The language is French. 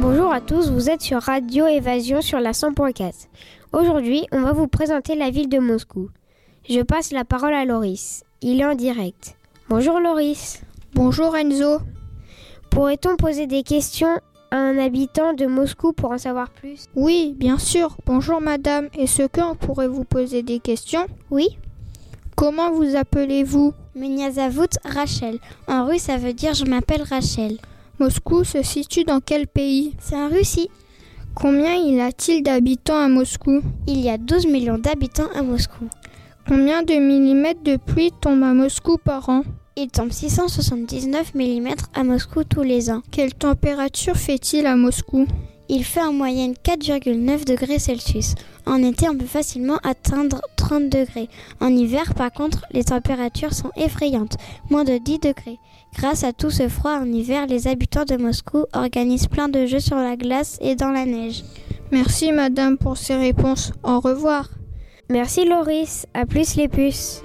Bonjour à tous, vous êtes sur Radio Évasion sur la 100.4. Aujourd'hui, on va vous présenter la ville de Moscou. Je passe la parole à Loris. Il est en direct. Bonjour Loris. Bonjour Enzo. Pourrait-on poser des questions à un habitant de Moscou pour en savoir plus Oui, bien sûr. Bonjour madame. Est-ce qu'on pourrait vous poser des questions Oui. Comment vous appelez-vous Meniazavout Rachel. En russe, ça veut dire je m'appelle Rachel. Moscou se situe dans quel pays C'est en Russie. Combien y a-t-il d'habitants à Moscou Il y a 12 millions d'habitants à Moscou. Combien de millimètres de pluie tombe à Moscou par an Il tombe 679 mm à Moscou tous les ans. Quelle température fait-il à Moscou Il fait en moyenne 4,9 degrés Celsius. En été, on peut facilement atteindre 30 degrés. En hiver, par contre, les températures sont effrayantes, moins de 10 degrés. Grâce à tout ce froid en hiver, les habitants de Moscou organisent plein de jeux sur la glace et dans la neige. Merci madame pour ces réponses. Au revoir. Merci Loris, à plus les puces.